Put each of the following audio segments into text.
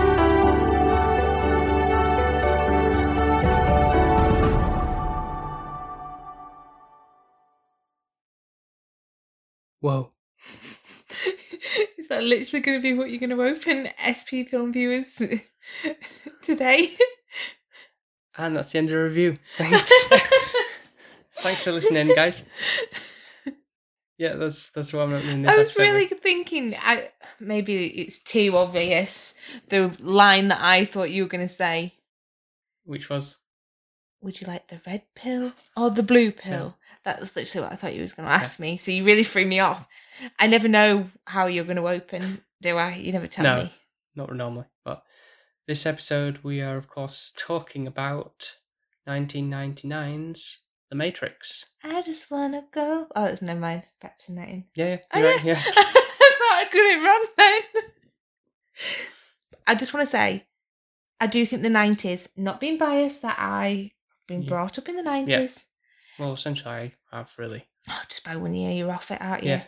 Whoa. Is that literally going to be what you're going to open, SP Film Viewers, today? And that's the end of the review. Thanks for listening, guys. Yeah, that's that's what I'm opening this I was episode really with. thinking, I, maybe it's too obvious, the line that I thought you were going to say. Which was Would you like the red pill or the blue pill? That was literally what I thought you was going to ask me. So you really threw me off. I never know how you're going to open, do I? You never tell No. me. not normally, but this episode we are of course talking about 1999's The Matrix. I just wanna go. Oh, that's never mind. Back to Nathan. Yeah, Oh, yeah, you're right, yeah. yeah. I thought I'd got it wrong then. I just want to say, I do think the nineties. Not being biased, that I have been Yeah. brought up in the nineties. Well, essentially, I have really. Oh, just by one year you're off it, aren't you? Yeah.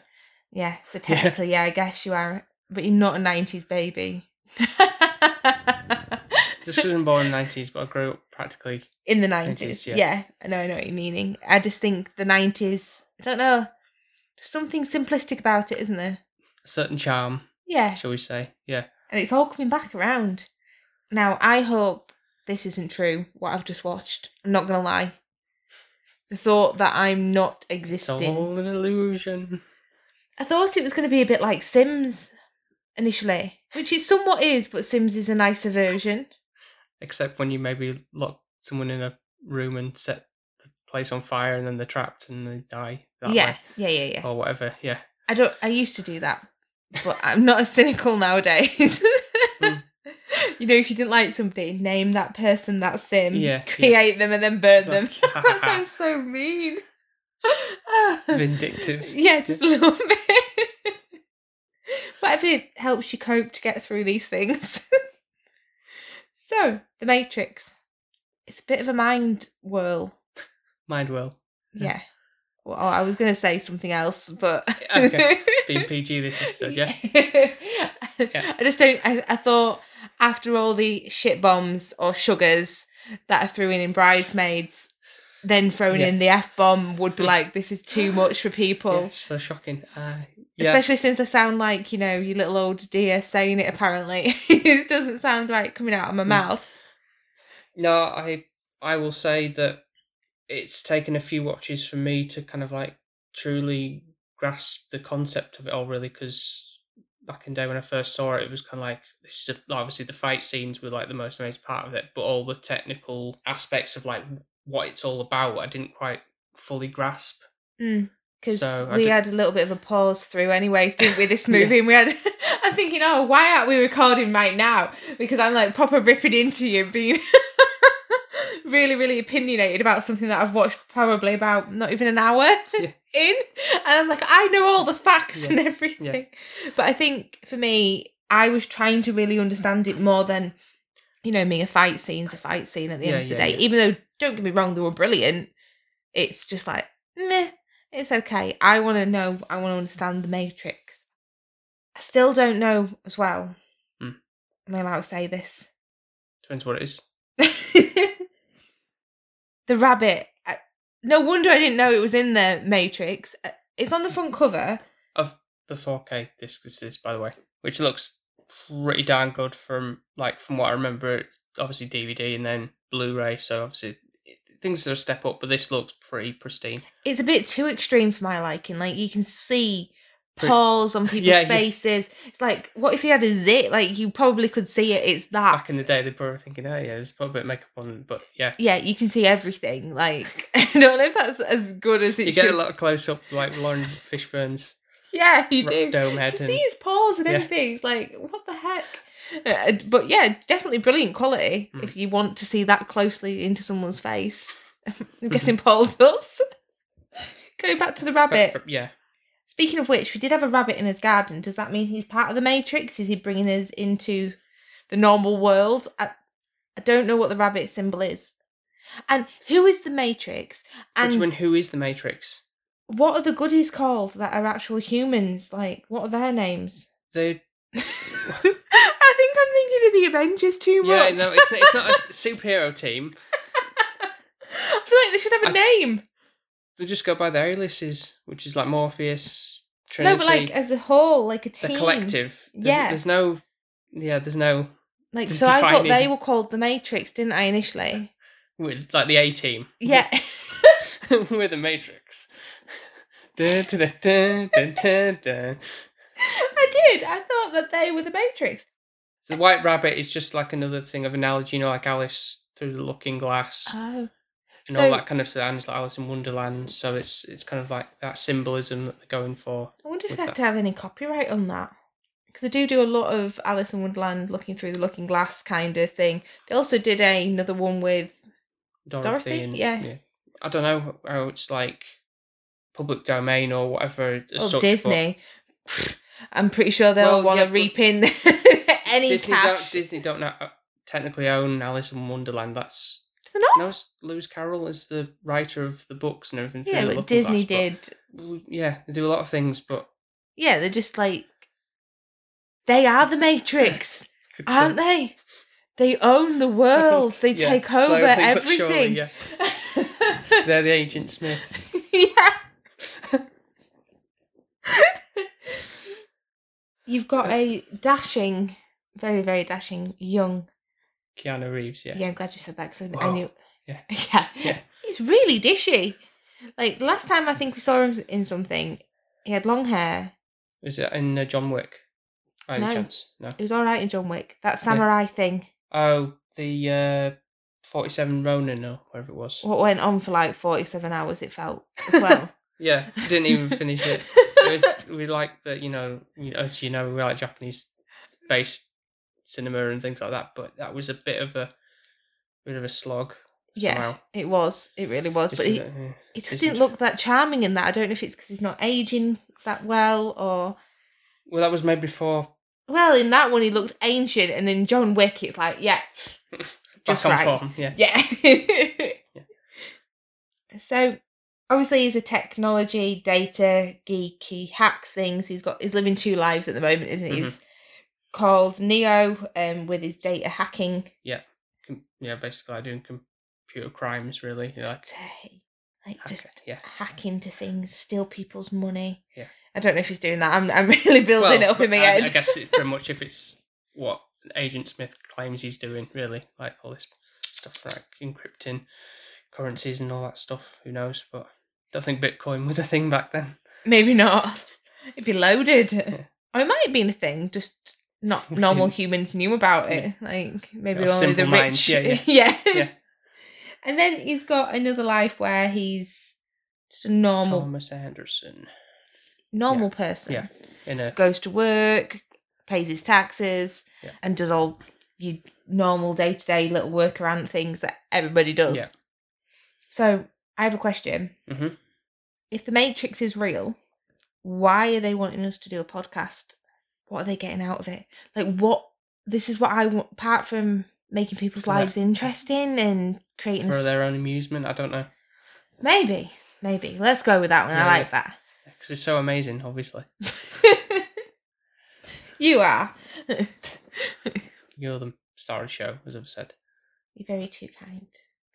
Yeah. So technically, yeah, I guess you are, but you're not a nineties baby. Just because I'm born in the 90s, but I grew up practically. in the nineties. 90s, yeah. yeah. I know, I know what you're meaning. I just think the nineties. I don't know. There's something simplistic about it, isn't there? A certain charm, Yeah, shall we say. Yeah. and it's all coming back around. Now, I hope this isn't true. What I've just watched. I'm not gonna lie. The thought that I'm not It's existing. all an illusion. I thought it was going to be a bit like Sims initially, which it somewhat is, but Sims is a nicer version. Except when you maybe lock someone in a room and set the place on fire and then they're trapped and they die that yeah, way. Oh. yeah, yeah, yeah. Or whatever. Yeah. I don't. I used to do that, but I'm not as cynical nowadays. Hmm. You know, if you didn't like somebody, name that person that sim, Yeah, yeah. create them, and then burn them. that Like, sounds so mean. Vindictive. Yeah, just a little bit. but if it helps you cope to get through these things. so, The Matrix. It's a bit of a mind whirl. Mind well. Yeah. Yeah. Well, I was going to say something else, but. Okay. Being PG this episode, yeah. Yeah. I just don't. I, I thought after all the shit bombs or sugars that I threw in in Bridesmaids, then throwing Yeah. in the F bomb would be like, this is too much for people. yeah so shocking. Uh, yeah. Especially since I sound like, you know, you little old dear saying it apparently. it doesn't sound right coming out of my Mm. mouth. No, I I will say that it's taken a few watches for me to kind of like truly grasp the concept of it all, really, because back in the day when I first saw it, it was kind of like this is a, obviously the fight scenes were like the most amazing part of it, but all the technical aspects of like what it's all about, I didn't quite fully grasp. Because So I we did- had a little bit of a pause through, anyways, didn't we? This Yeah. movie, and we had. I'm thinking, oh, why aren't we recording right now? Because I'm like proper ripping into you, being really, really opinionated about something that I've watched probably about not even an hour Yeah. in, and I'm like, I know all the facts Yeah. and everything. But I think for me, I was trying to really understand it more than, you know, me. A fight scene's a fight scene at the Yeah, end of the yeah, day, yeah. even though don't get me wrong, they were brilliant. It's just like meh, it's okay. I want to know, I want to understand the Matrix. I still don't know as well. Hmm. Am I allowed to say this? Depends what it is. the rabbit. I, no wonder I didn't know it was in the Matrix. Uh, It's on the front cover. The 4K disc this is, by the way, which looks pretty darn good from like from what I remember. It's obviously DVD and then Blu-ray, so obviously it- things are a step up, but this looks pretty pristine. It's a bit too extreme for my liking. Like you can see Pre- paws on people's Yeah, yeah. faces. It's like, what if he had a zit? Like you probably could see it. It's that. Back in the day, they probably thinking, "Oh yeah, there's probably a bit of makeup on," but yeah, yeah, you can see everything. Like I don't know if that's as good as it you should. get a lot of close-up like Lauren Fishburne's yeah, you ro- do. dome You head can and see his paws and Yeah. everything. It's like what the heck. Uh, but yeah, definitely brilliant quality Mm. if you want to see that closely into someone's face. Mm-hmm. I'm guessing Paul does. Going back to the rabbit. Yeah. Speaking of which, we did have a rabbit in his garden. Does that mean he's part of the Matrix? Is he bringing us into the normal world? I, I don't know what the rabbit symbol is. And who is the Matrix? Which And one? Who is the Matrix? what are the goodies called that are actual humans? Like, what are their names? The I think I'm thinking of the Avengers too yeah, much. no, it's not, it's not a superhero team. I feel like they should have a name. They just go by their aliases, which is like Morpheus, Trinity, No, but like as a whole, like a the team. collective. There's- Yeah. There's no. Yeah, there's no Like, Just so I thought defining. they were called the Matrix, didn't I initially? with like the A team. Yeah. We're the Matrix. Dun, dun, dun, dun, dun, dun. I did. I thought that they were the Matrix. So the White Rabbit is just like another thing of analogy, you know, like Alice through the Looking Glass Oh. and so- all that kind of stuff. And it's like Alice in Wonderland. So it's it's kind of like that symbolism that they're going for. I wonder if With they have that. to have any copyright on that. Because they do do a lot of Alice in Wonderland looking through the looking glass kind of thing. They also did a, another one with. Dorothy, Dorothy? and Yeah. I don't know how it's like public domain or whatever. As Oh, such, but Disney. I'm pretty sure they'll Well, want yeah, to but- reap in any Disney don't, cash. Disney don't know, uh, technically own Alice in Wonderland. That's Do they not? no, it's Lewis Carroll is the writer of the books and everything. through yeah, the but Looking Disney Glass, did. but w- yeah, they do a lot of things, but Yeah, they're just like. They are the Matrix, could say- aren't they? They own the world. They Yeah, take over slowly but surely, everything. yeah. They're the Agent Smiths. yeah. You've got a dashing, very, very dashing young. Keanu Reeves, yeah. Yeah, I'm glad you said that because I, I Wow. knew. Yeah. yeah. Yeah. He's really dishy. Like, last time I think we saw him in something, he had long hair. Is it in uh, John Wick? By any No. chance? No. He was all right in John Wick. That samurai thing, Oh, the uh, 47 Ronin or whatever it was. what went on for like 47 hours, it felt as well. Yeah, didn't even finish it. it was, we like that, you know, you- as you know, we like Japanese based cinema and things like that, but that was a bit of a bit of a slog. Yeah, somehow. it was. It really was. Just but a he, bit, yeah. He just Isn't didn't it? look that charming in that. I don't know if it's because he's not aging that well, or Well, that was made before well, in that one he looked ancient, and in John Wick it's like, yeah, Back just on right, Form. Yeah. yeah. So obviously he's a technology data geek. He hacks things. He's got he's living two lives at the moment, isn't he? Mhm. He's called Neo, um, with his data hacking. Com- yeah, basically, like doing computer crimes, really. you know, Like, Like hack- just yeah. hack into things, steal people's money. Yeah. I don't know if he's doing that. I'm I'm really building it up in my I, head. I guess it's pretty much if it's what Agent Smith claims he's doing, really, like all this stuff like encrypting currencies and all that stuff. Who knows? But I don't think Bitcoin was a thing back then. Maybe not. It'd be loaded. Yeah. Or it might have been a thing, just not We normal didn't- humans knew about it. Like maybe only Yeah, the simple minds. rich. Yeah, yeah. Yeah. And then he's got another life where he's just a normal Thomas Anderson normal person. Yeah. in a Goes to work, pays his taxes, Yeah. and does all your normal day to day little workaround things that everybody does. Yeah. So I have a question. Mhm. If the Matrix is real, why are they wanting us to do a podcast? What are they getting out of it? Like, what? This is what I want. Apart from making people's For that- lives interesting and creating, a for s- their own amusement. I don't know maybe, maybe. Let's go with that one. Yeah, I yeah. like that. because it's so amazing. Obviously, you are. you're the star of the show, as I've said. You're very too kind,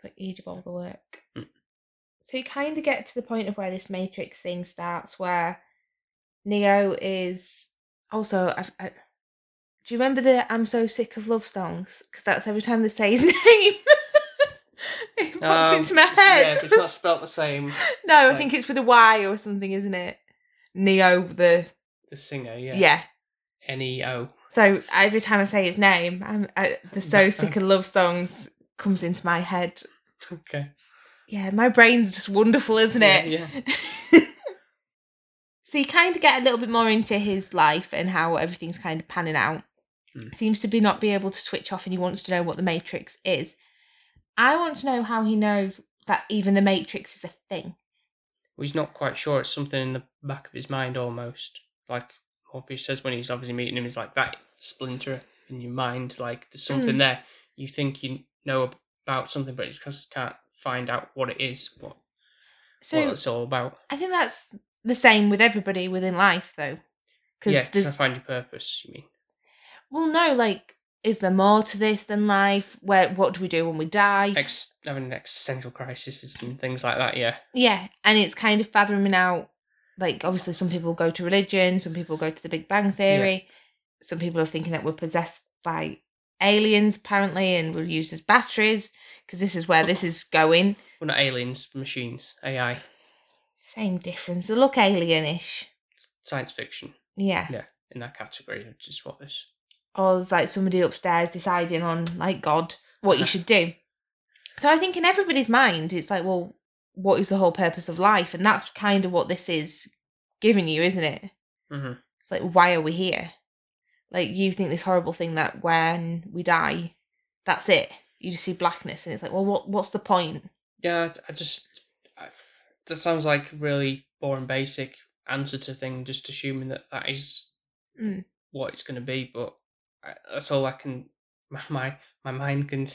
but you do all the work. Mm. So you kind of get to the point of where this Matrix thing starts, where Neo is also. I, I, do you remember the "I'm so sick of love" songs? Because that's every time they say his name. it pops Um, into my Yeah, head. but it's not spelt the same. no, I like- think it's with a Y or something, isn't it? Neo, the The singer, yeah. yeah. N E O. So every time I say his name, I'm, I, the "So That- uh, Sick of Love" songs comes into my head. Okay. Yeah, my brain's just wonderful, isn't Yeah, it? Yeah. so you kind of get a little bit more into his life and how everything's kind of panning out. Mm. Seems to be not be able to switch off, and he wants to know what the Matrix is. I want to know how he knows that even the Matrix is a thing. Well, he's not quite sure. It's something in the back of his mind almost. Like Morpheus says when he's obviously meeting him, he's like that splinter in your mind. Like there's something Mm. there. You think you know about something, but it's because can't find out what it is, what, So what it's all about. I think that's the same with everybody within life, though. Because Yeah, trying there's to find your purpose. You mean? well, no, like, is there more to this than life? Where what do we do when we die? Ex- having an existential crisis and things like that. Yeah, Yeah, and it's kind of fathoming out. Like, obviously, some people go to religion, some people go to the Big Bang Theory, some people are thinking that we're possessed by aliens, apparently, and we're used as batteries because this is where this is going. we're not aliens, machines, AI, Same difference. They look alienish. science fiction Yeah. in that category, which is what this. Or there's like somebody upstairs deciding on, like, God, what you should do. So I think in everybody's mind, it's like, well, what is the whole purpose of life? And that's kind of what this is giving you, isn't it? hmm It's like, why are we here? Like, you think this horrible thing that when we die, that's it. You just see blackness, and it's like, well, what? What's the point? Yeah, I- I just I, that sounds like really boring, basic answer to thing. Just assuming that that is Mm. what it's going to be, but I, that's all I can. My, my my mind can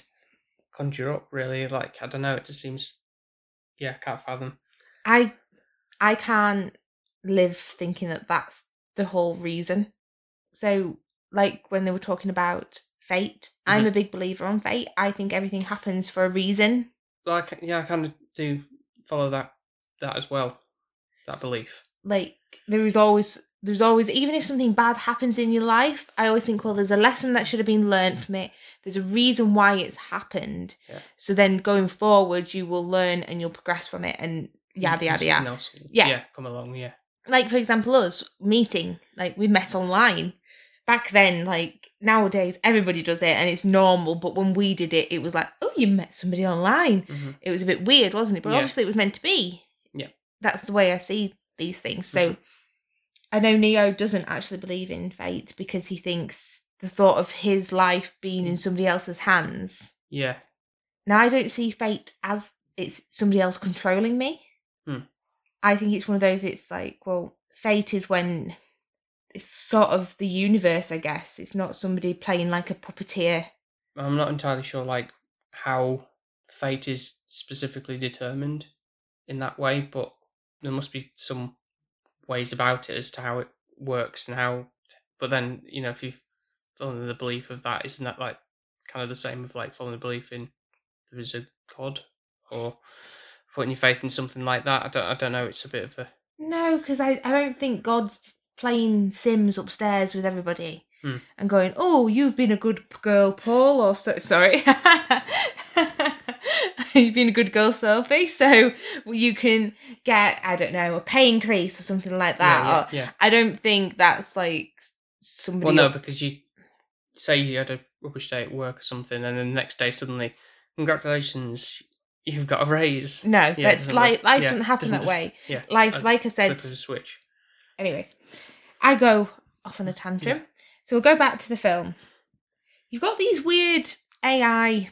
conjure up. Really, like I don't know. It just seems. Yeah, I can't fathom. I, I can't live thinking that that's the whole reason. So, like when they were talking about fate, I'm a big believer on fate. I think everything happens for a reason. Like yeah, I kind of do follow that that as well. That belief. Like there is always. There's always, even if something bad happens in your life, I always think, well, there's a lesson that should have been learned from it. There's a reason why it's happened. Yeah. So then going forward, you will learn and you'll progress from it and yada, yada, Something yada. else will- Yeah. yeah, come along. Yeah, Like, for example, us meeting, like, we met online. Back then, like, nowadays, everybody does it and it's normal. But when we did it, it was like, oh, you met somebody online. hmm It was a bit weird, wasn't it? But Yeah. obviously, it was meant to be. Yeah. Mm-hmm. That's the way I see these things. So I know Neo doesn't actually believe in fate because he thinks the thought of his life being Mm. in somebody else's hands yeah. now, I don't see fate as it's somebody else controlling me. Hmm. I think it's one of those, it's like, well, fate is when it's sort of the universe, I guess. It's not somebody playing like a puppeteer. I'm not entirely sure like how fate is specifically determined in that way, but there must be some ways about it as to how it works and how. But then you know if you follow the belief of that, isn't that like kind of the same of like following the belief in there is a god or putting your faith in something like that? I don't. I don't know. It's a bit of a No, because I, I don't think God's playing Sims upstairs with everybody Hmm. and going, oh, you've been a good p- girl, Paul, or so, sorry. you've been a good girl, Sophie, so you can get, I don't know, a pay increase or something like that. or yeah, yeah, yeah. I don't think that's like somebody. Well, no, because you say you had a rubbish day at work or something, and then the next day suddenly, congratulations, you've got a raise. no, Yeah, it but doesn't life, work. life Yeah, doesn't happen doesn't that just- way. Yeah, Life, I- like I said, flip of a switch. anyways, I go off on a tantrum. So we'll go back to the film. You've got these weird AI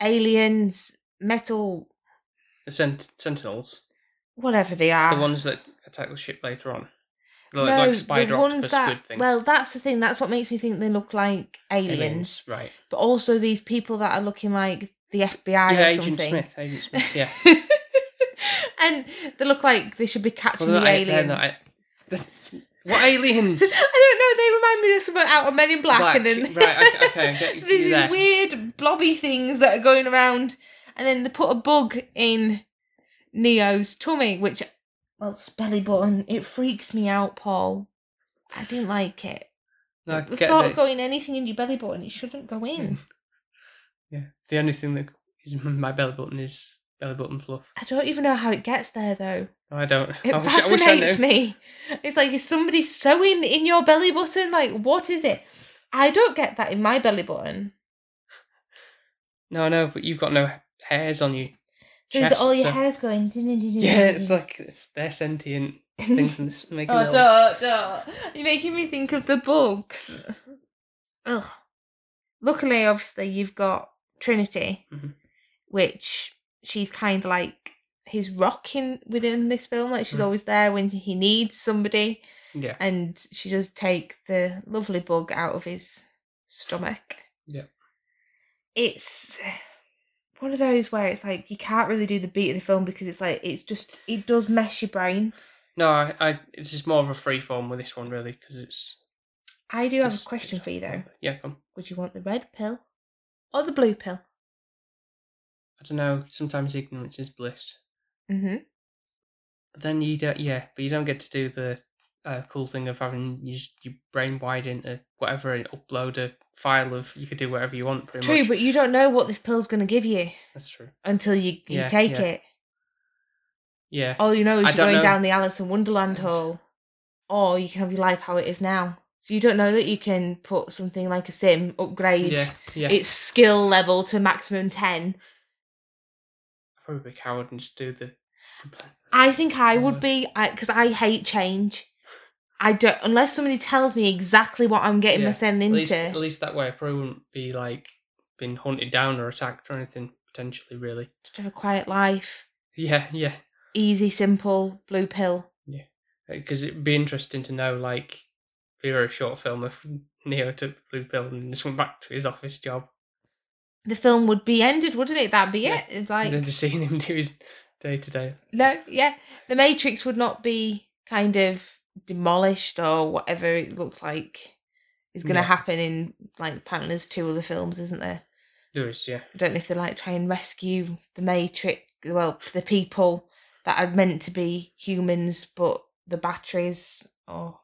aliens, metal, The sent- Sentinels, whatever they are. the ones that attack the ship later on, They're Ah. no, like, like spider the ones octopus that, squid thing. well, that's the thing. That's what makes me think they look like aliens. right? But also these people that are looking like the FBI yeah, or Agent something. Smith. Agent Smith. Yeah. and they look like they should be catching Well, they're the not- they're aliens. not- I- what aliens? I don't know. They remind me of something out of Men in Black, and then right? Okay, okay, I get you there's these there. weird blobby things that are going around, and then they put a bug in Neo's tummy, which well, it's belly button. It freaks me out, Paul. I didn't like it. No, I the get thought that. Hmm. of going anything in your belly button, it shouldn't go in. Yeah, the only thing that is in my belly button is belly button fluff. I don't even know how it gets there though. No, I don't. It I wish, I wish I fascinates knew. me. It's like, is somebody sewing in your belly button? Like, what is it? I don't get that in my belly button. No, no, but you've got no hairs on you. So is it all your Chest, so- hair's going? Din, din, din, din, Yeah, din, it's din. like it's they're sentient things and it's making oh, little... duh, duh. You're making me think of the bugs. Ugh. luckily, obviously, you've got Trinity, Mhm. which she's kind of like his rock in within this film. Like she's Mhm. always there when he needs somebody, Yeah. and she does take the lovely bug out of his stomach. Yeah. it's one of those where it's like you can't really do the beat of the film because it's like it's just it does mess your brain. No, I, I this is more of a free form with this one really because it's. I do have it's- a question it's- for you though. Yeah, come. Would you want the red pill or the blue pill? I don't know. Sometimes ignorance is bliss. Mm-hmm. But then you don't, yeah, but you don't get to do the uh, cool thing of having your, your brain wide into whatever and upload a file of. You could do whatever you want, pretty True, much. but you don't know what this pill's going to give you That's true. until you, you Yeah, take yeah. it. Yeah, All you know is I you're don't going know. down the Alice in Wonderland And- hole, or you can have your life how it is now. So you don't know that you can put something like a sim upgrade yeah, yeah. its skill level to maximum ten. I'd probably be a coward and just do the. I think I would Right. be because I, hate change. I don't unless somebody tells me exactly what I'm getting Yeah, myself At into. least, at least that way, I probably wouldn't be like being hunted down or attacked or anything potentially. Really. Just have a quiet life, Yeah, yeah. easy, simple, blue pill. Because it'd be interesting to know, like, via a short film, if Neo took the blue pill and just went back to his office job. The film would be ended, wouldn't it? That'd be Yeah. it. It's and then Like just seeing him do his day to day. no, yeah, the Matrix would not be kind of demolished or whatever it looks like is going to Yeah. happen in like apparently there's two other films, isn't there? There is, yeah. I don't know if they like try and rescue the Matrix, well, the people that are meant to be humans, but the batteries or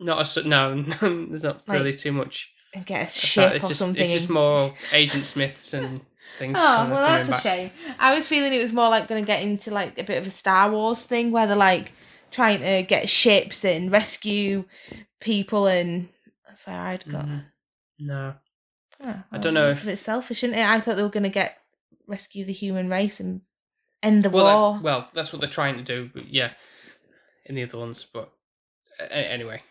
Not as no, there's not Like, really too much. and get a of ship that. It's or just, something. it's just and- more Agent Smiths and Oh things. well, kinda coming that's a back. shame. I was feeling it was more like going to get into like a bit of a Star Wars thing where they're like trying to get ships and rescue people, and that's where I'd got. Mhm. No, Oh, I don't know It's if- a bit selfish, isn't it? I thought they were going to get rescue the human race and end the well, war. that- well, that's what they're trying to do. But yeah, in the other ones, but a- anyway,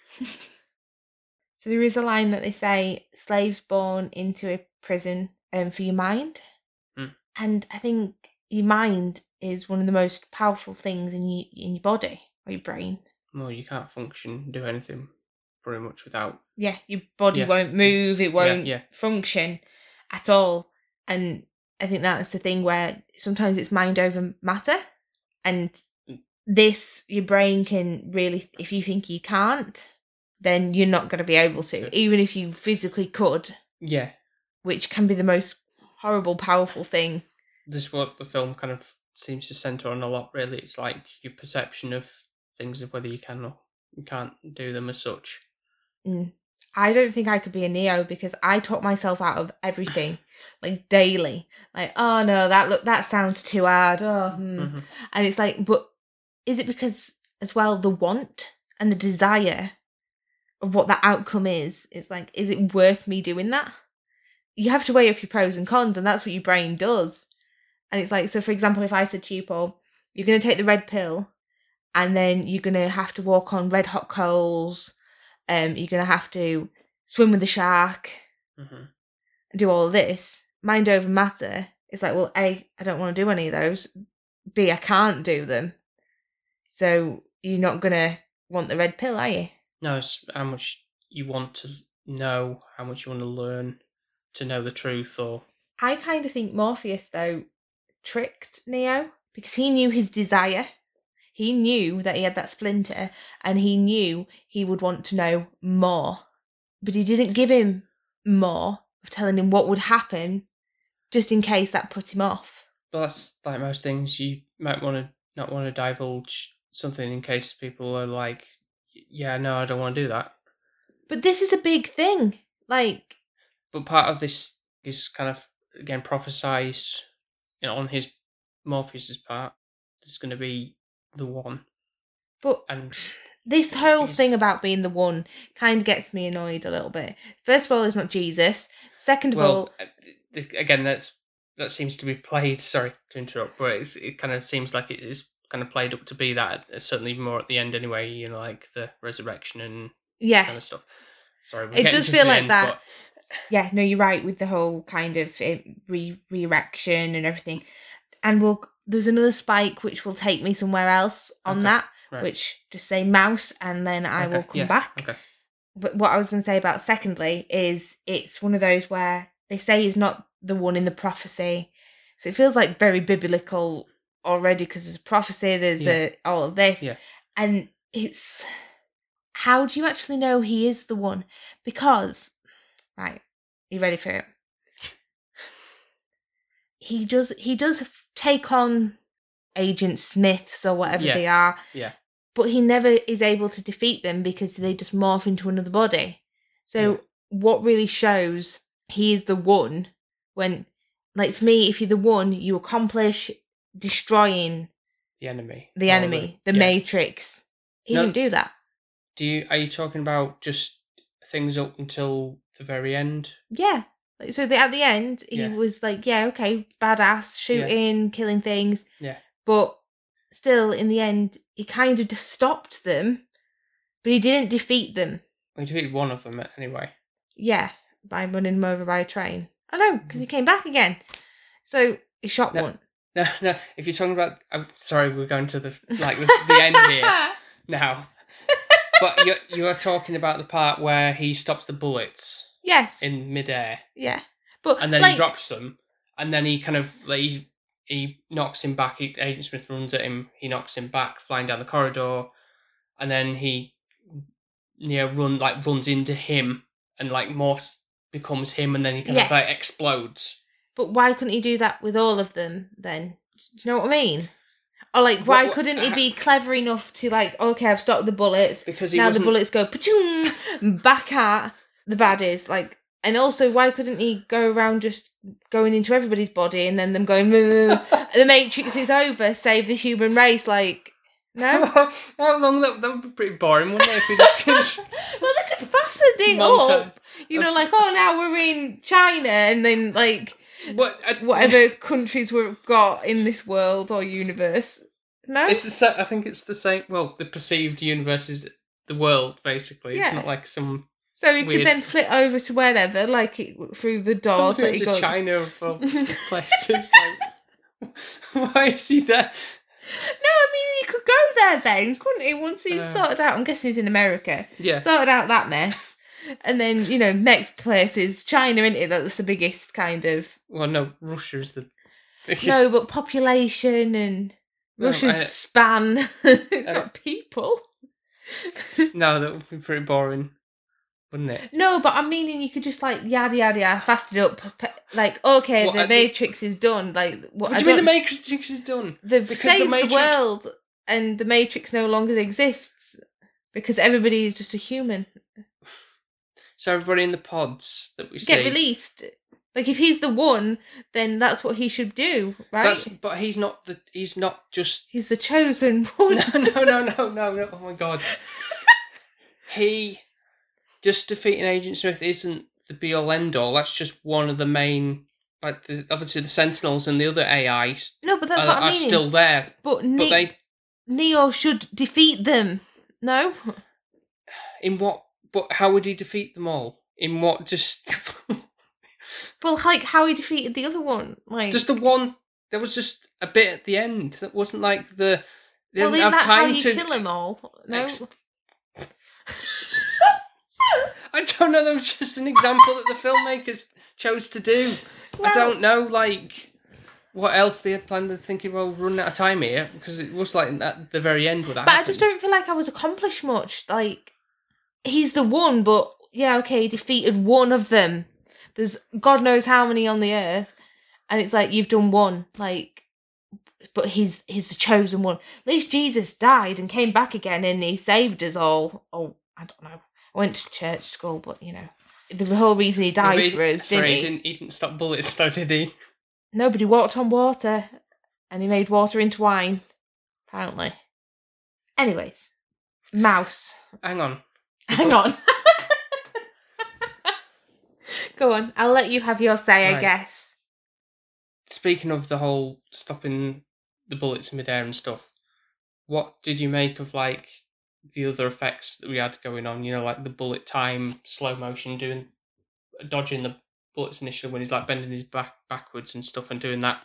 So there is a line that they say slaves born into a prison um, for your mind. Mm. And I think your mind is one of the most powerful things in your, in your body or your brain. well, you can't function, do anything, pretty much without. Yeah, your body Yeah. won't move, it won't yeah. function at all. And I think that's the thing where sometimes it's mind over matter. And this, your brain can really, if you think you can't, then you're not going to be able Yeah. to, even if you physically could. Yeah, which can be the most horrible, powerful thing. this is what the film kind of seems to center on a lot. Really, it's like your perception of things of whether you can or you can't do them as such. I don't think I could be a Neo because I talk myself out of everything, like daily. Like, oh no, that look, that sounds too hard. Oh, hmm. Mhm. and it's like, but is it because as well the want and the desire of what that outcome is? It's like, is it worth me doing that? You have to weigh up your pros and cons, and that's what your brain does. And it's like, so for example, if I said to you, Paul, you're going to take the red pill, and then you're going to have to walk on red hot coals, um, you're going to have to swim with the shark, hmm do all this, mind over matter, it's like, well, A, I don't want to do any of those. B, I can't do them. So you're not going to want the red pill, are you? No, it's how much you want to know, how much you want to learn to know the truth, or I kind of think Morpheus, though, tricked Neo because he knew his desire. He knew that he had that splinter and he knew he would want to know more. But he didn't give him more of telling him what would happen just in case that put him off. but that's like most things. You might want to not want to divulge something in case people are like, "Yeah, no, I don't want to do that." But this is a big thing. Like, But part of this is kind of again prophesized you know, on his Morpheus's part. There's going to be the one, but and this whole Yes. thing about being the one kind of gets me annoyed a little bit. First of all, it's not Jesus. Second of all, well, uh, th- again, that's that seems to be played. Sorry to interrupt, but it's, it kind of seems like it is kind of played up to be that. uh, Certainly more at the end, anyway. You know, like the resurrection and yeah, kind of stuff. Sorry, we're It getting does to feel the like end, that. yeah, no, you're right with the whole kind of eh, re erection and everything. And we'll there's another spike which will take me somewhere else on Okay, that, right. which just say mouse and then I Okay, will come yeah, back. okay. But what I was going to say about secondly is it's one of those where they say he's not the one in the prophecy, so it feels like very biblical already because there's a prophecy, there's a all of this, Yeah. and it's how do you actually know he is the one? Because right, you ready for it? He does. He does f- take on Agent Smiths or whatever Yeah. they are but he never is able to defeat them because they just morph into another body. So Yeah. what really shows he is the one when like to me, if you're the one, you accomplish destroying The enemy. the Or enemy, the yeah. matrix. He No. didn't do that. Do you are you talking about just things up until the very end? Yeah. Like, so the, at the end, he Yeah. was like, yeah, okay, badass, shooting, killing things. Yeah. But still, in the end, he kind of just stopped them, but he didn't defeat them. We defeated one of them anyway. Yeah, by running him over by a train. I know, because he came back again. So he shot Mm-hmm. No, one. No, no. If you're talking about, I'm sorry, we're going to the like the, the end here now. But you you are talking about the part where he stops the bullets yes. in midair, yeah. But and then like, he drops them, and then he kind of like he, he knocks him back. He, Agent Smith runs at him. He knocks him back, flying down the corridor, and then he you know, run like runs into him and like morphs becomes him, and then he kind Yes. of like explodes. But why couldn't he do that with all of them then? Do you know what I mean? Or like, why what- couldn't he uh, be clever enough to like, okay, I've stopped the bullets. Because he Now the wasn't bullets go pachoom back at the baddies. Like, and also, why couldn't he go around just going into everybody's body and then them going, the Matrix is over, save the human race? Like, no. How, how long? That, that would be pretty boring, wouldn't it? If we just well, they could fasten it Montage. up. You know, like, oh, now we're in China, and then, like, what? uh, I, whatever countries we've got in this world or universe. No? It's the sa I think it's the same. Well, the perceived universe is the world, basically. Yeah. It's not like some. so he weird. could then flip over to wherever, like, it, through the doors that he to goes. China for no, I mean, places. like, why is he there? he could go there then, couldn't he? Once he's Uh. sorted out, I'm guessing he's in America, Yeah. sorted out that mess. And then, you know, next place is China, isn't it? That's the biggest kind of. well, no, Russia is the biggest. No, but population and Well, Russian I- span. it's I- not people. no, that would be pretty boring, wouldn't it? No, but I'm meaning you could just like yada yada yada, fast it up. p- Like okay, What, the I- Matrix is done. Like what? What I do you mean the don't- Matrix is done? They've because the saved the, Matrix- world, and the Matrix no longer exists because everybody is just a human. So everybody in the pods that we see. Get released. Like if he's the one, then that's what he should do, right? That's, but he's not the. He's not just He's the chosen one. no, no, no, no, no, no. Oh my god. he just defeating Agent Smith isn't the be all end all. That's just one of the main like the, obviously the Sentinels and the other AIs No, but that's are, what I are mean. still there. but But Ne- they Neo should defeat them. No, in what but how would he defeat them all? In what just well, like how he defeated the other one, like just the one there was just a bit at the end that wasn't like the they well, didn't isn't have that how time you to kill them all? No, Ex- I don't know, that was just an example that the filmmakers chose to do. I Well- don't know, like, what else they had planned. They're thinking, well, we're running out of time here because it was like at the very end with that. but I just don't feel like I was accomplished much. Like he's the one, but yeah, okay, he defeated one of them. There's God knows how many on the earth, and it's like you've done one. Like, but he's he's the chosen one. At least Jesus died and came back again, and he saved us all. Oh, I don't know. I went to church school, but you know, the whole reason he died for us, Sorry, didn't he he? didn't, he didn't stop bullets though, did he? Nobody walked on water, and he made water into wine, apparently. Anyways, mouse. Hang on. Hang on. Go on. I'll let you have your say, I Right. guess. Speaking of the whole stopping the bullets in midair and stuff, what did you make of like the other effects that we had going on? You know, like the bullet time, slow motion, doing dodging the bullets initially when he's like bending his back backwards and stuff and doing that.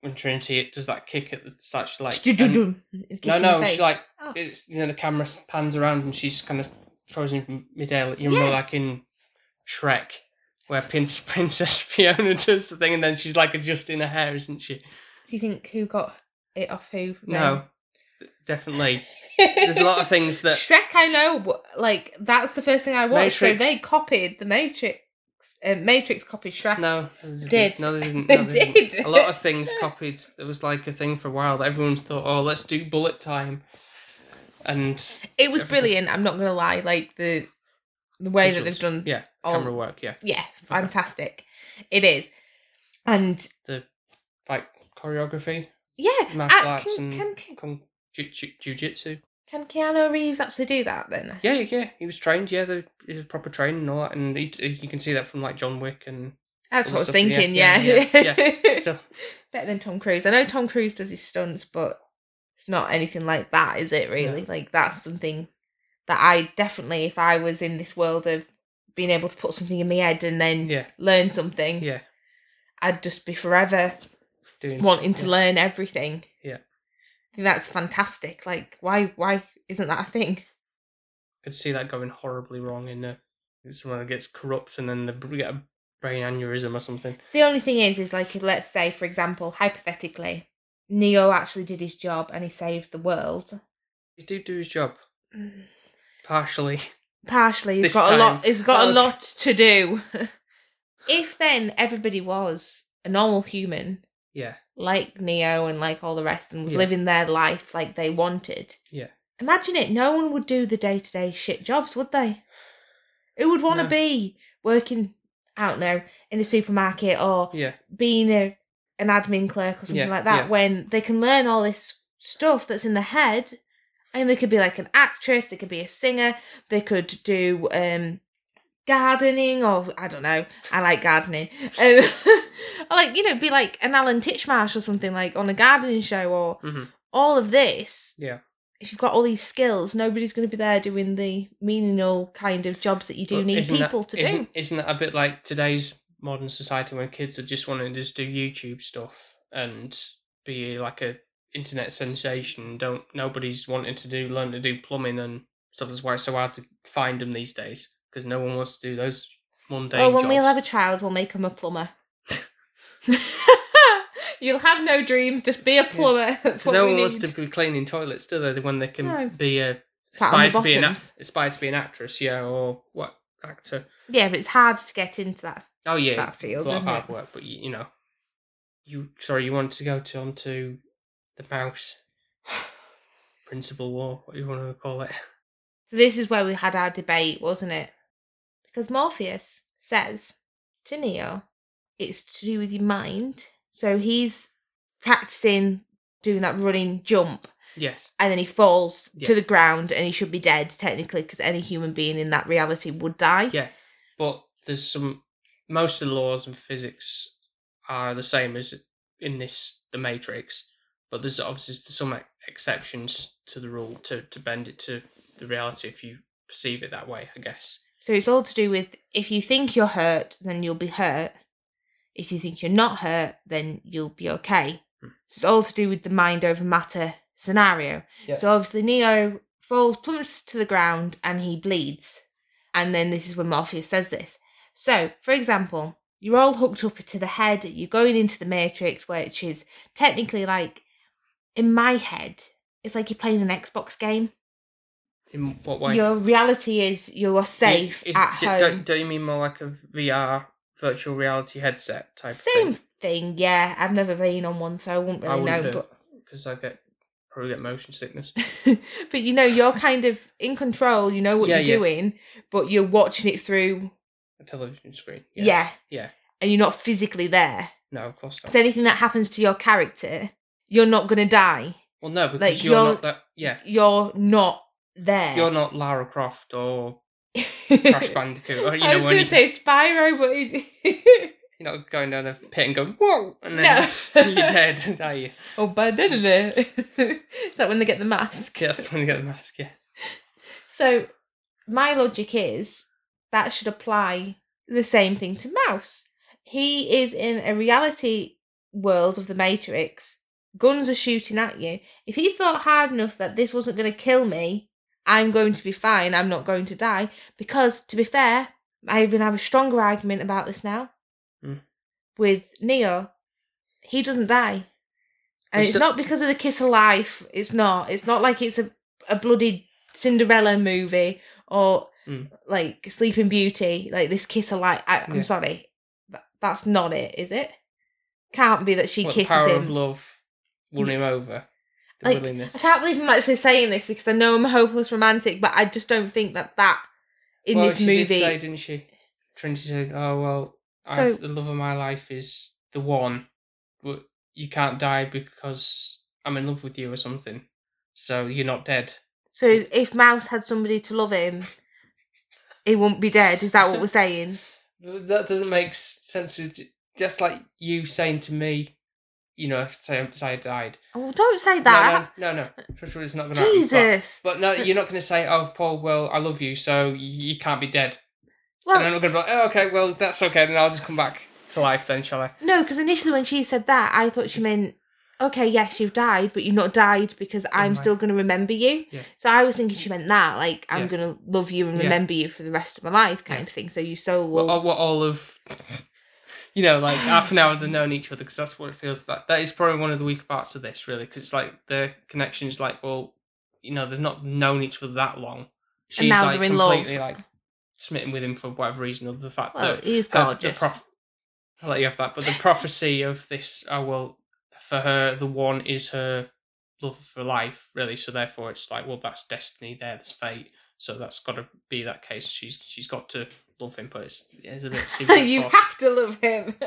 When Trinity it does that kick at the starts to, like bend- No, no, she, like, Oh, it's you know the camera pans around and she's kind of frozen in midair. You remember Yeah. like in Shrek where Pin- Princess Fiona does the thing and then she's like adjusting her hair, isn't she? Do you think who got it off who? No, definitely. then? There's a lot of things that Shrek, I know, w- like that's the first thing I watched. Matrix. So they copied the Matrix. Uh, Matrix copied Shrek. no they Did. no they didn't. They No, they did. didn't. A lot of things copied. There was like a thing for a while that everyone's thought, oh, let's do bullet time, and It was Everything. brilliant. I'm not gonna lie, like the the way that they've visuals. done. yeah all- camera work yeah yeah, fantastic. It is, and like choreography yeah, Martial uh, arts can, and- can can kung ju- ju- jujitsu. can Keanu Reeves actually do that then? Yeah, yeah, yeah. He was trained. Yeah, the, he was proper training and all that, and he, you can see that from like John Wick and That's all what I was the stuff, yeah, thinking. yeah, Yeah, yeah, stuff. better than Tom Cruise. I know Tom Cruise does his stunts, but it's not anything like that, is it? Really, like that's something that I definitely, if I was in this world of being able to put something in my head and then Yeah, learn something, yeah. I'd just be forever Doing wanting stuff, to learn everything. Yeah. I think that's fantastic. Like, why, why isn't that a thing? yeah. Could see that going horribly wrong in uh, someone that gets corrupt and then they get a brain aneurysm or something. The only thing is, is like, let's say, for example, hypothetically, Neo actually did his job and he saved the world. He did do his job partially. Mm. partially he's This got time. a lot he's got Well- a lot to do if then everybody was a normal human Yeah, like neo and like all the rest and was Yeah. living their life like they wanted Yeah. imagine it no one would do the day-to-day shit jobs would they who would want to No. be working i don't know in the supermarket or yeah, being a an admin clerk or something Yeah, like that yeah. when they can learn all this stuff that's in the head and they could be like an actress they could be a singer they could do um gardening or i don't know i like gardening um, or like you know be like an alan titchmarsh or something like on a gardening show or Mhm. all of this Yeah. if you've got all these skills nobody's going to be there doing the menial kind of jobs that you do But need isn't people that, to isn't, do Isn't that a bit like today's modern society when kids are just wanting to just do YouTube stuff and be like a internet sensation? Don't nobody's wanting to do learn to do plumbing and stuff. That's why it's so hard to find them these days because no one wants to do those mundane Oh, Well, when jobs. we'll have a child, we'll make him a plumber. You'll have no dreams, just be a plumber. That's 'Cause what no we one need. wants to be cleaning toilets, do they? When they can No. be a Sat on aspire the to be an bottoms. act- aspire to be an actress, yeah, or what actor? Yeah, but it's hard to get into that. Oh yeah, that field, a lot of isn't hard it? work, but you, you know, you sorry, you wanted to go to onto the mouse principal war, what you want to call it? So this is where we had our debate, wasn't it? Because Morpheus says to Neo, it's to do with your mind. So he's practicing doing that running jump Yes, and then he falls Yeah. to the ground and he should be dead technically because any human being in that reality would die. yeah, but there's some most of the laws in physics are the same as in this the Matrix, but there's obviously some ex- exceptions to the rule to to bend it to the reality if you perceive it that way, I guess. So it's all to do with if you think you're hurt, then you'll be hurt. If you think you're not hurt, then you'll be okay. Hmm. So it's all to do with the mind over matter scenario. Yeah. So obviously Neo falls, plumps to the ground, and he bleeds. And then this is when Morpheus says this. So, for example, you're all hooked up to the head, you're going into the matrix, which is technically like in my head, it's like you're playing an Xbox game. In what way? Your reality is you are safe Is- at d- home. Don't, don't you mean more like a VR virtual reality headset type? Same Thing? thing, yeah. I've never been on one, so I wouldn't I really wouldn't know. do because I get probably get motion sickness. But but you know, you're kind of in control. You know what Yeah, you're yeah. doing, but you're watching it through. A television screen. Yeah. Yeah. And you're not physically there. No, of course not. So anything that happens to your character, you're not gonna die. well, no, because like, you're, you're- not that. Yeah. You're not there. You're not Lara Croft or Crash I Bandicoot, or was you know, when gonna you, say Spyro, but it... you're not going down a pit and going whoa, and no. then you're dead, are you? Oh, but da da da. It's like when they get the mask. That's when you get the mask. Yeah, So my logic is that should apply the same thing to Mouse. He is in a reality world of the Matrix. Guns are shooting at you. If he thought hard enough that this wasn't going to kill me, I'm going to be fine. I'm not going to die. Because, to be fair, I even have a stronger argument about this now. Mm. With Neo, he doesn't die. And He's it's still- not because of the kiss of life. It's not. It's not like it's a, a bloody Cinderella movie or Mm. like Sleeping Beauty. Like this kiss of life. I, I'm Yeah. sorry. That, that's not it, is it? Can't be that she What, the kisses power him. of love won him over. The Like, willingness. I can't believe I'm actually saying this because I know I'm a hopeless romantic, but I just don't think that that in well, this she movie. did say, didn't she? Trinity said, "Oh well, So- I've, the love of my life is the one, but you can't die because I'm in love with you or something. So you're not dead." So if Mouse had somebody to love him, he wouldn't be dead. Is that what we're saying? That doesn't make s- sense. with- That's like you saying to me, you know, if say, if I died. Oh, don't say No, that. No, no, no, For sure, it's not going to happen. but- Jesus. But no, you're not going to say, "Oh, Paul, well, I love you, so you can't be dead." and I'm Well, not going to be like, "Oh, okay, well, that's okay. Then I'll just come back to life, then, shall I?" no, because initially when she said that, I thought she meant, okay, yes, you've died, but you've not died because I'm Oh my- still going to remember you. Yeah. So I was thinking she meant that, like, I'm Yeah. going to love you and Yeah. remember you for the rest of my life kind Yeah. of thing. So your soul will. Well, oh, or what all of you know, like half an hour they've known each other because that's what it feels like. That is probably one of the weaker parts of this, really, because it's like the connection is like, well, you know, they've not known each other that long. She's now like they're in love. completely like smitten with him for whatever reason, other than the fact Well, that he is uh, gorgeous. The prof- I'll let you have that, but the prophecy of this, oh well, for her, the one is her love of her life, really. So therefore, it's like, well, that's destiny. There, that's fate. So that's got to be that case. She's she's got to love him, but it's, it's a bit. seems a bit you forced. have to love him.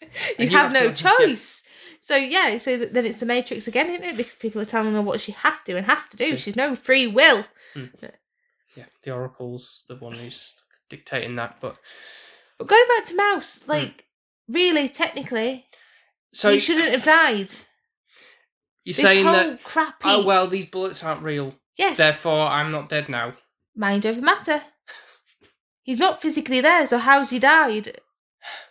you, you have, no have to love him, yeah. choice. So yeah, so th- then it's the Matrix again, isn't it? Because people are telling her what she has to and has to do. True. She's no free will. Yeah, the oracle's the one who's dictating that. But But going back to Mouse, like really, technically, Hmm. so he shouldn't have died. you're This saying whole that crappy. oh well, these bullets aren't real. yes, Therefore, I'm not dead now. mind over matter. He's not physically there, so how's he died?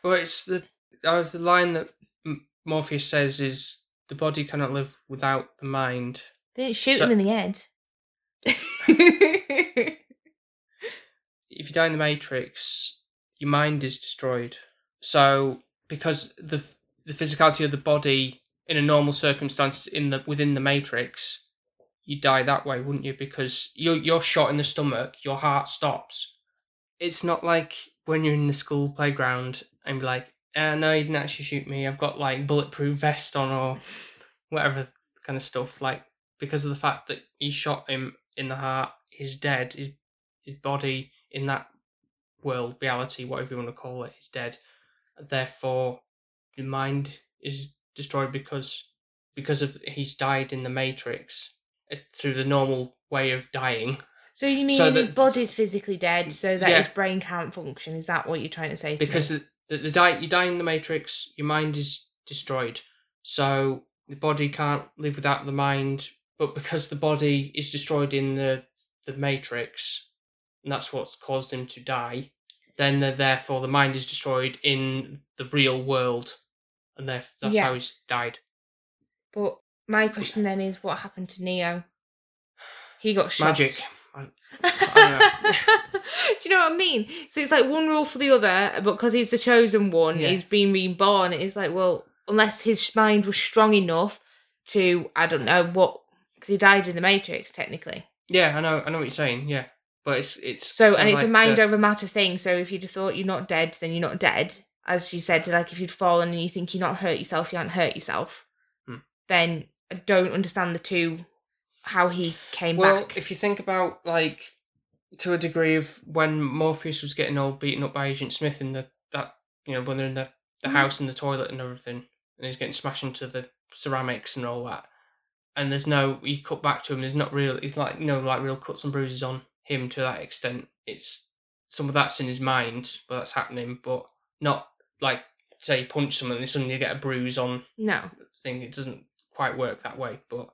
Well, it's the that was the line that M- Morpheus says is the body cannot live without the mind. They didn't shoot So- him in the head. If you die in the Matrix, your mind is destroyed. So because the f- the physicality of the body in a normal circumstance in the within the Matrix, you die that way, wouldn't you? Because you're you're shot in the stomach, your heart stops. It's not like when you're in the school playground and be like, uh, no, you didn't actually shoot me. I've got like bulletproof vest on or whatever kind of stuff. Like because of the fact that you shot him in the heart, he's dead. His his body in that world, reality, whatever you want to call it, is dead. Therefore, the mind is destroyed because because of he's died in the Matrix uh, through the normal way of dying. so you mean So his that- body's physically dead, so that Yeah. his brain can't function? Is that what you're trying to say? To me? because the, the, the die you die in the matrix your mind is destroyed so the body can't live without the mind but because the body is destroyed in the the matrix and that's what's caused him to die then they're, therefore the mind is destroyed in the real world and theref- that's Yeah. how he's died But my question then is, what happened to Neo? He got shot. magic Do you know what I mean? So it's like one rule for the other, but because he's the chosen one, Yeah. he's been reborn. It's like, well, unless his mind was strong enough to, I don't know what, because he died in the Matrix technically. yeah i know i know what you're saying yeah but it's it's So, and kinda it's a like mind the- over matter thing. So if you'd have thought you're not dead, then you're not dead. As you said, like if you'd fallen and you think you're not hurt yourself, you aren't hurt yourself. Hmm. Then I don't understand the two, how he came Well, back. if you think about like to a degree of when Morpheus was getting all beaten up by Agent Smith in the that you know when they're in the, the Mhm. house and the toilet and everything, and he's getting smashed into the ceramics and all that. And there's no you cut back to him. There's not real. It's like no like real cuts and bruises on him to that extent. It's some of that's in his mind, but that's happening, but not like say you punch someone and suddenly you get a bruise on no, thing. It doesn't quite work that way, but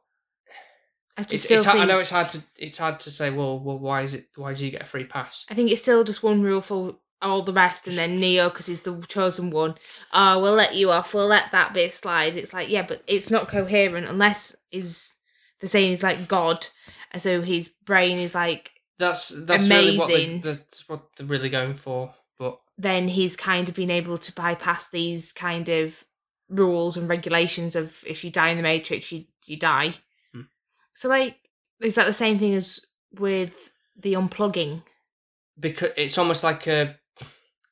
I just it's, still it's hard, think, I know it's hard to it's hard to say. Well, well, why is it? Why does he get a free pass? I think it's still just one rule for all the rest, and then Neo because he's the chosen one. Oh, we'll let you off. We'll let that bit slide. It's like yeah, but it's not coherent unless is the saying is like God, and so his brain is like That's that's really what they, Amazing. that's what they're really going for. But then he's kind of been able to bypass these kind of rules and regulations of if you die in the matrix you you die Hmm. so like is that the same thing as with the unplugging because it's almost like a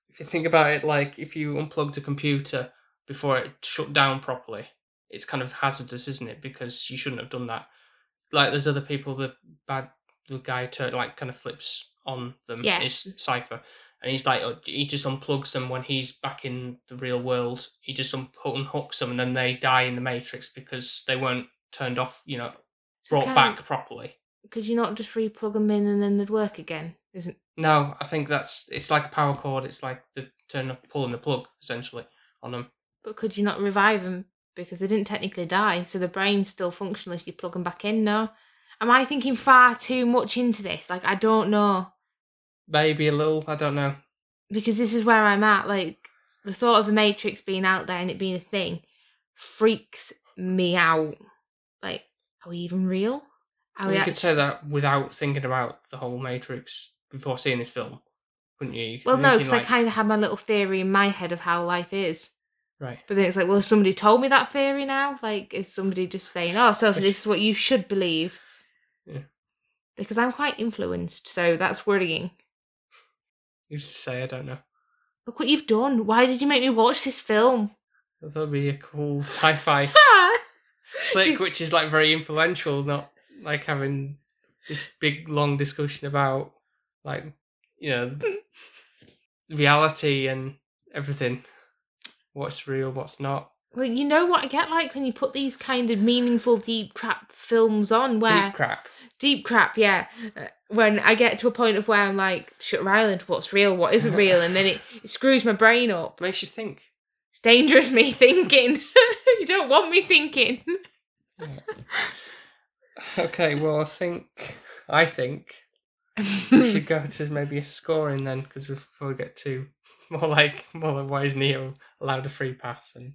if you think about it like if you unplugged a computer before it shut down properly it's kind of hazardous isn't it because you shouldn't have done that like there's other people the bad the guy turn like kind of flips on them Yeah. his cipher and he's like oh, he just unplugs them when he's back in the real world he just un- unhooks them and then they die in the matrix because they weren't turned off you know brought back properly could you not just replug them in and then they'd work again isn't No, I think that's it's like a power cord. It's like the turn of pulling the plug essentially on them. but could you not revive them because they didn't technically die so the brain's still functional if you plug them back in no am i thinking far too much into this like i don't know Maybe a little. I don't know. because this is where I'm at. Like the thought of the Matrix being out there and it being a thing freaks me out. Like, are we even real? Are Well, we you act- could say that without thinking about the whole Matrix before seeing this film, couldn't you? You're well, no, because thinking, I like- kind of had my little theory in my head of how life is. Right. But then it's like, well, has somebody told me that theory now? Like, is somebody just saying, oh, so Which- this is what you should believe? Yeah. Because I'm quite influenced, so that's worrying. You just say I don't know. Look what you've done. Why did you make me watch this film? That would be a cool sci-fi flick, which is like very influential. Not like having this big long discussion about like you know reality and everything. What's real? What's not? Well, you know what I get like when you put these kind of meaningful deep crap films on, where Deep crap. deep crap, yeah. Uh, When I get to a point of where I'm like, Shutter Island, what's real, what isn't real, and then it, it screws my brain up. makes you think. It's dangerous me thinking. you don't want me thinking. Okay, well, I think I think we should go to maybe a scoring then, because we'll probably get to more like more like why is Neo allowed a free pass and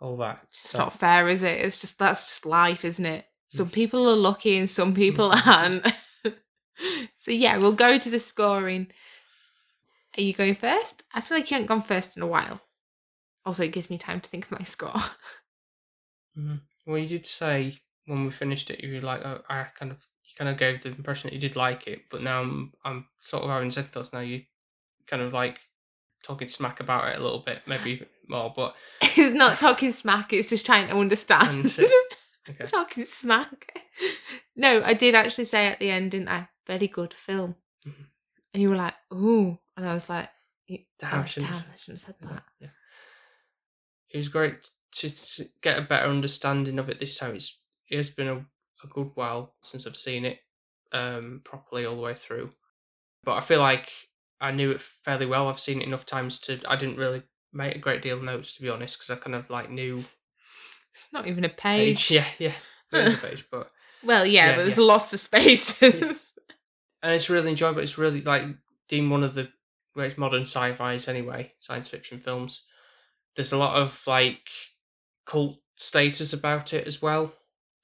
all that. It's not fair, is it? It's just that's just life, isn't it? Some people are lucky and some people aren't. so yeah, we'll go to the scoring. Are you going first? I feel like you haven't gone first in a while. Also, it gives me time to think of my score. Well, you did say when we finished it, you were like, oh, I kind of you kind of gave the impression that you did like it, but now I'm I'm sort of having second thoughts now. You kind of like talking smack about it a little bit, maybe more, but it's not talking smack, it's just trying to understand. And, uh, okay. talking smack. No, I did actually say at the end, didn't I? Very good film. Mhm. And you were like, ooh. And I was like, Damn, oh, I shouldn't damn, say- I shouldn't have said Yeah, that. yeah. It was great to, to get a better understanding of it this time. It's it has been a, a good while since I've seen it um, properly all the way through, but I feel like I knew it fairly well. I've seen it enough times to I didn't really make a great deal of notes to be honest because I kind of like knew It's not even a page. page. Yeah, yeah, there's a page, but Well, yeah, Yeah, but there's yeah. lots of spaces. and it's really enjoyable. It's really like deemed one of the greatest modern sci-fi's anyway, science fiction films. There's a lot of like cult status about it as well.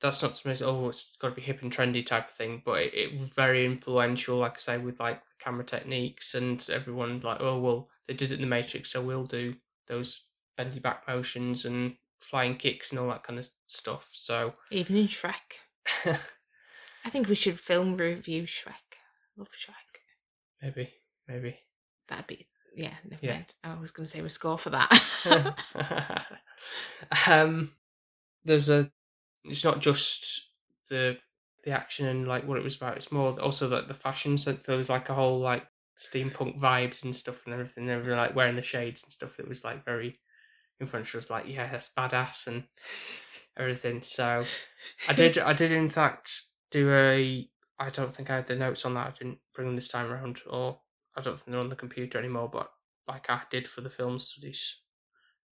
That's not something oh it's got to be hip and trendy type of thing, but it, it was very influential. Like I say, with like the camera techniques and everyone like oh well they did it in the Matrix, so we'll do those bendy back motions and flying kicks and all that kind of stuff. So Even in Shrek. I think we should film review Shrek. Love Shrek. maybe maybe That'd be yeah, never Yeah. mind. I was gonna say we score for that. um, there's a. It's not just the the action and like what it was about. It's more also like the fashion. So there was like a whole like steampunk vibes and stuff and everything. They were like wearing the shades and stuff. It was like very influential. It's like yeah, that's badass and everything. So I did. I did in fact do a. I don't think I had the notes on that. I didn't bring them this time around, or I don't think they're on the computer anymore. But like I did for the film studies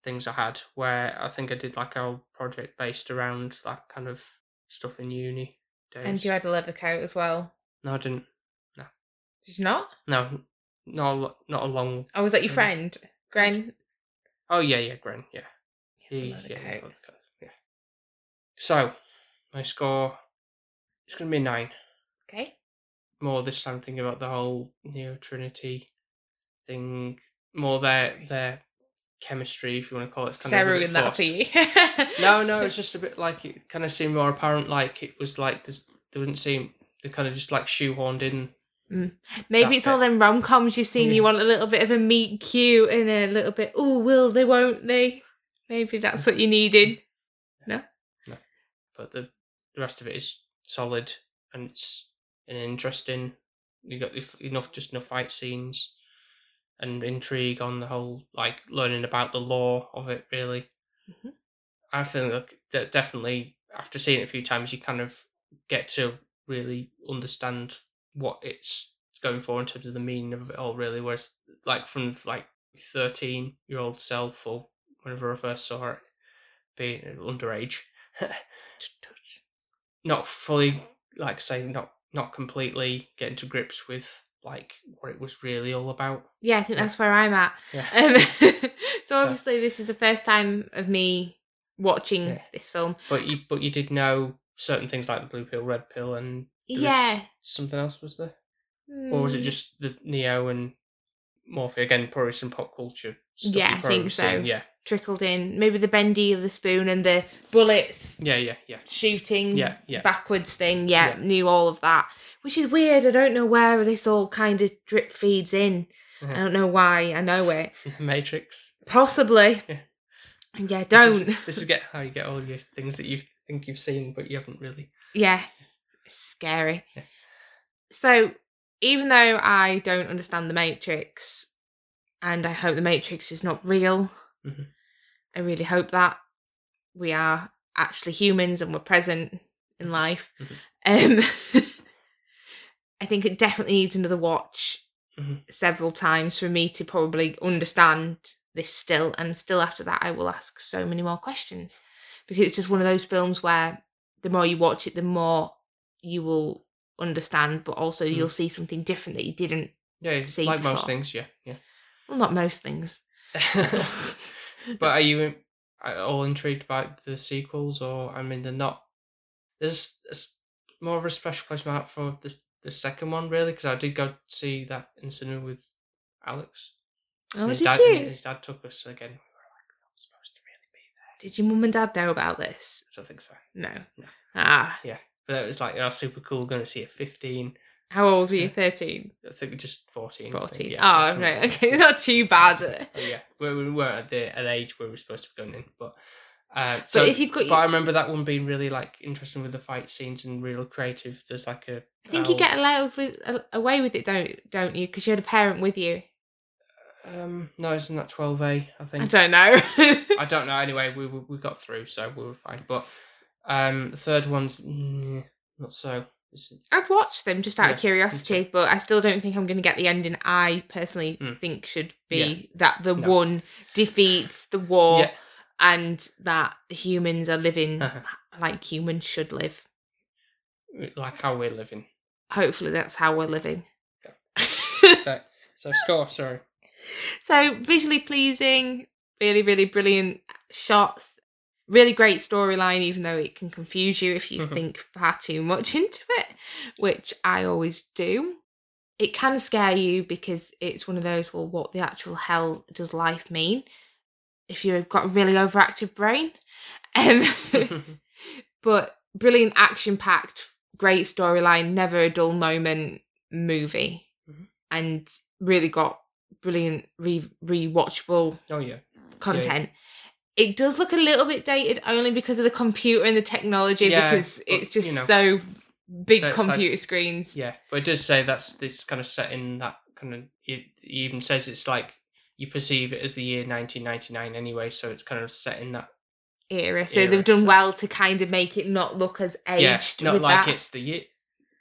things I had, where I think I did like a whole project based around that kind of stuff in uni days. and you had a leather coat as well. no, I didn't. Did you not? No, not a, lo- not a long. Oh, was that your Mm. friend? Gren? Oh yeah, yeah, Gren, yeah, He- Yes, I know the yeah, he's coat. not the coach, yeah. So my score, it's gonna be a nine. Okay. More this time, thinking about the whole Neo Trinity thing, more their their chemistry, if you want to call it. It's kind Should I of a bit ruin that forced. for you? No, no, it's just a bit like it kind of seemed more apparent. Like it was like this. They didn't seem. They kind of just like shoehorned in. Maybe that it's all bit. them rom coms you've seen. Yeah. You want a little bit of a meet cute and a little bit, oh, will they, won't they? Maybe that's Mm. what you needed. but the the rest of it is solid and it's an interesting. You got if- enough just enough fight scenes and intrigue on the whole, like learning about the law of it. Really, Mhm. I think like, that definitely after seeing it a few times, you kind of get to really understand what it's going for in terms of the meaning of it all. Really, whereas like from like thirteen year old self or whenever I first saw it, being underage not fully like say not not completely getting to grips with like what it was really all about. Yeah, I think Yeah. that's where I'm at. Yeah. Um, so obviously, this is the first time of me watching Yeah. this film. But you but you did know certain things like the blue pill, red pill and there was yeah. something else was there? Or was it Mm. just the Neo and Morphe again, probably some pop culture stuff Yeah, you've I probably think so. seen. Yeah. trickled in? Maybe the bendy of the spoon and the bullets Yeah, yeah, yeah. shooting Yeah, yeah. backwards thing. Yeah, Yeah. knew all of that, which is weird. I don't know where this all kind of drip feeds in. Mhm. I don't know why. I know it. Matrix. Possibly. Yeah. Yeah, This is- don't. This is get how you get all your things that you think you've seen but you haven't really. Yeah. It's scary. Yeah. So, even though I don't understand the Matrix, and I hope the Matrix is not real, Mhm. I really hope that we are actually humans and we're present in life. Um, I think it definitely needs another watch Mhm. several times for me to probably understand this still. And still, after that, I will ask so many more questions because it's just one of those films where the more you watch it, the more you will understand, but also Mm. you'll see something different that you didn't. Yeah, it's See like most before. things, yeah. Yeah. Well, not most things. but are you in- at all intrigued by the sequels, or I mean, they're not? There's, there's more of a special place in my heart for the the second one, really, because I did go see that in cinema with Alex. Oh, his did dad, you? His dad took us again. We were like, we're not supposed to really be there. Did your mum and dad know about this? I don't think so. No. No. Ah, But it was like, oh, super cool. Going to see it. Fifteen. how old were you? Yeah. 13? I think we're just fourteen. I think, 14. yeah, oh, something right. like that. Okay, not too bad. But Oh, yeah, we, we weren't at the an age where we were supposed to be going in, but. Uh, so if you've got but your- I remember that one being really like interesting with the fight scenes and real creative. There's like a I think you Oh. get allowed with, away with it, don't don't you? Because you had a parent with you. um no, isn't that twelve A? I think I don't know. I don't know. Anyway, we we we got through, so we were fine. But um, the third one's mm, not so. It's- I've watched them just out Yeah, of curiosity, but I still don't think I'm going to get the ending I personally Mm. think should be that the No. one defeats the war yeah, and that humans are living Uh-huh. like humans should live. like how we're living. Hopefully, that's how we're living. So score, sorry. so visually pleasing, really, really brilliant shots, really great storyline, even though it can confuse you if you Mhm. think far too much into it, which I always do. It can scare you because it's one of those, well, what the actual hell does life mean? If you've got a really overactive brain. Um, but brilliant action packed, great storyline, never a dull moment movie, Mhm. and really got brilliant re rewatchable oh yeah, content. It does look a little bit dated only because of the computer and the technology, Yeah, because but, it's just you know, so big that's like- computer screens. yeah. But it does say that's this kind of set in that kind of. It even says it's like you perceive it as the year 1999 anyway, so it's kind of set in that. Era, so Era, they've done so- well to kind of make it not look as aged. yeah, not with like that. it's the year.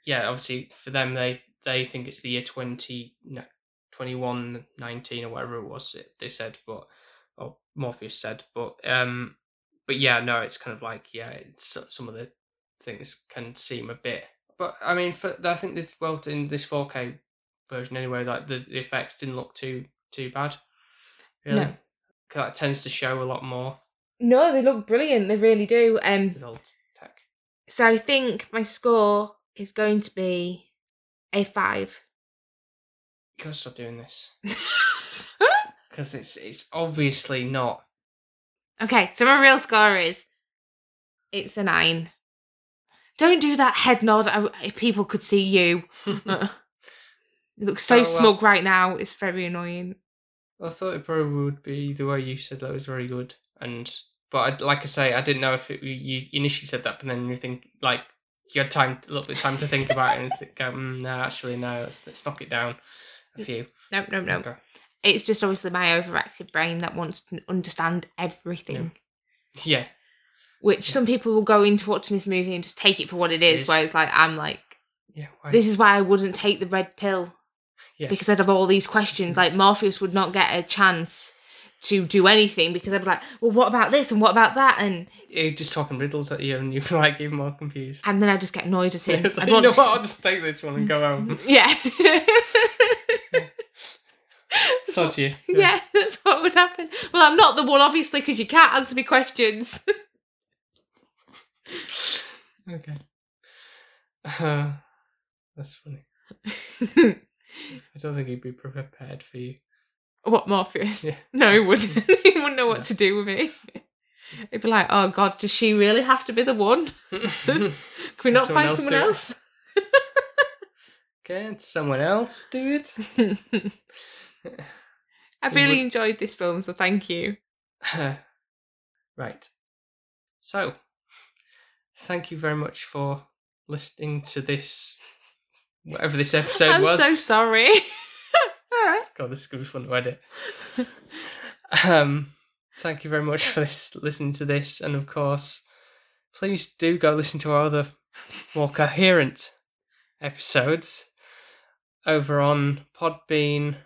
Yeah, obviously for them they they think it's the year 20, no, 21, 19 or whatever it was. It, they said, but or Morpheus said, but um, but yeah, no, it's kind of like yeah, it's uh, some of the things can seem a bit. But I mean, for, I think they did well in this 4K version anyway, like the, the effects didn't look too too bad. No. Really, 'Cause that tends to show a lot more No, they look brilliant. They really do. Um, with old tech. so I think my score is going to be a five. You gotta stop doing this because it's it's obviously not. okay, so my real score is it's a nine. Don't do that head nod. I, if people could see you, it looks so Uh. Oh, well. smug right now. It's very annoying. I thought it probably would be the way you said that was very good, and but I, like I say, I didn't know if it, you initially said that, but then you think like you had time a little bit of time to think about it and think, go, mm, no, actually no, let's, let's knock it down a few. Nope, nope, nope. Okay. It's just obviously my overactive brain that wants to understand everything. Yeah, Which Yeah. some people will go into watching this movie and just take it for what it is, Yes. where it's like I'm like, yeah. Why? this is why I wouldn't take the red pill yeah. because I'd have all these questions. Like Yes. Morpheus would not get a chance to do anything because I'd be like, well, what about this and what about that, and You're just talking riddles at you, and you're like even more confused. and then I just get annoyed at him. It's like, I'd you want know to- what? I'll just take this one and go home. yeah. Sod you. Yeah, that's what would happen. Well, I'm not the one, obviously, because you can't answer me questions. Okay. Uh, that's funny. I don't think he'd be prepared for you. what, Morpheus? Yeah. No, he wouldn't. he wouldn't know what No. to do with me. He'd be like, oh, God, does she really have to be the one? Can we Can not someone find else someone do it? else? Can someone else do it? I We really would- enjoyed this film, so thank you. right. So, thank you very much for listening to this, whatever this episode I'm was. so sorry. God, this is gonna be fun to edit. um, thank you very much for this, listening to this, and of course, please do go listen to our other more coherent episodes over on Podbean,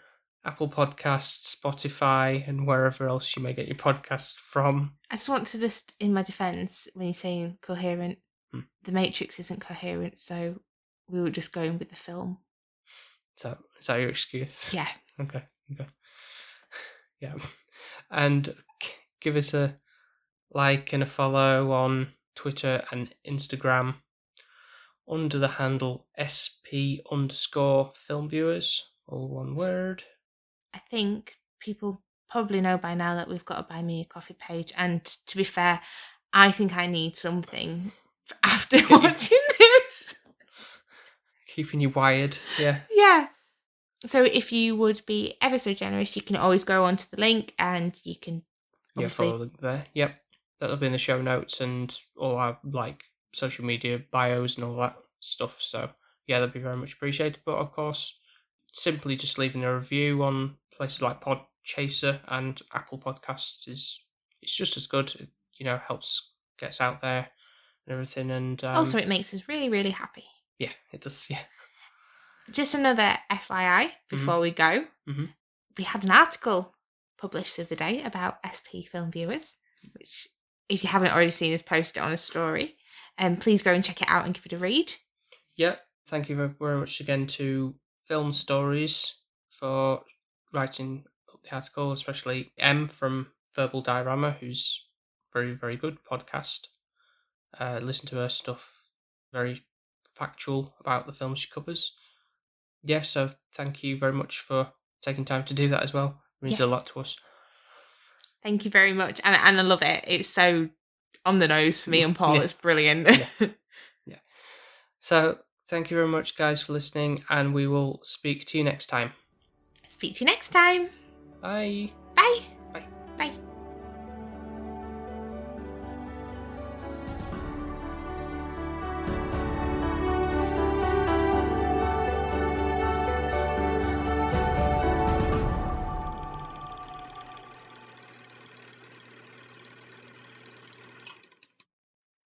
Apple Podcasts, Spotify, and wherever else you may get your podcast from. I just want to just, in my defence, when you're saying coherent, Hmm. The Matrix isn't coherent, so we were just going with the film. So, is that your excuse? Yeah. Okay. Okay. Yeah. And g- give us a like and a follow on Twitter and Instagram under the handle SP underscore film viewers, all one word. I think people probably know by now that we've got a buy me a coffee page. And to be fair, I think I need something after watching this. Keeping you wired. Yeah. Yeah. So if you would be ever so generous, you can always go onto the link and you can Yeah, Obviously. follow the link there. Yep. That'll be in the show notes and all our like social media bios and all that stuff. So yeah, that'd be very much appreciated. But of course, simply just leaving a review on places like Podchaser and Apple Podcasts is it's just as good. It, you know, helps gets out there and everything. And um, also it makes us really, really happy. yeah, it does. Yeah, Just another FYI Mm-hmm. before we go. Mhm. We had an article published the other day about SP film viewers, which, if you haven't already seen, is posted on a story. Um, please go and check it out and give it a read. yeah. Thank you very- very much again to Film Stories for writing up the article, especially M from Verbal Diorama, who's very, very good podcast. Uh, listen to her stuff, very factual about the films she covers. Yeah, so thank you very much for taking time to do that as well. It means a lot to us. Thank you very much, and and I love it. It's so on the nose for me and Paul. Yeah. It's brilliant. Yeah. So thank you very much, guys, for listening, and we will speak to you next time. Speak to you next time. Bye. Bye.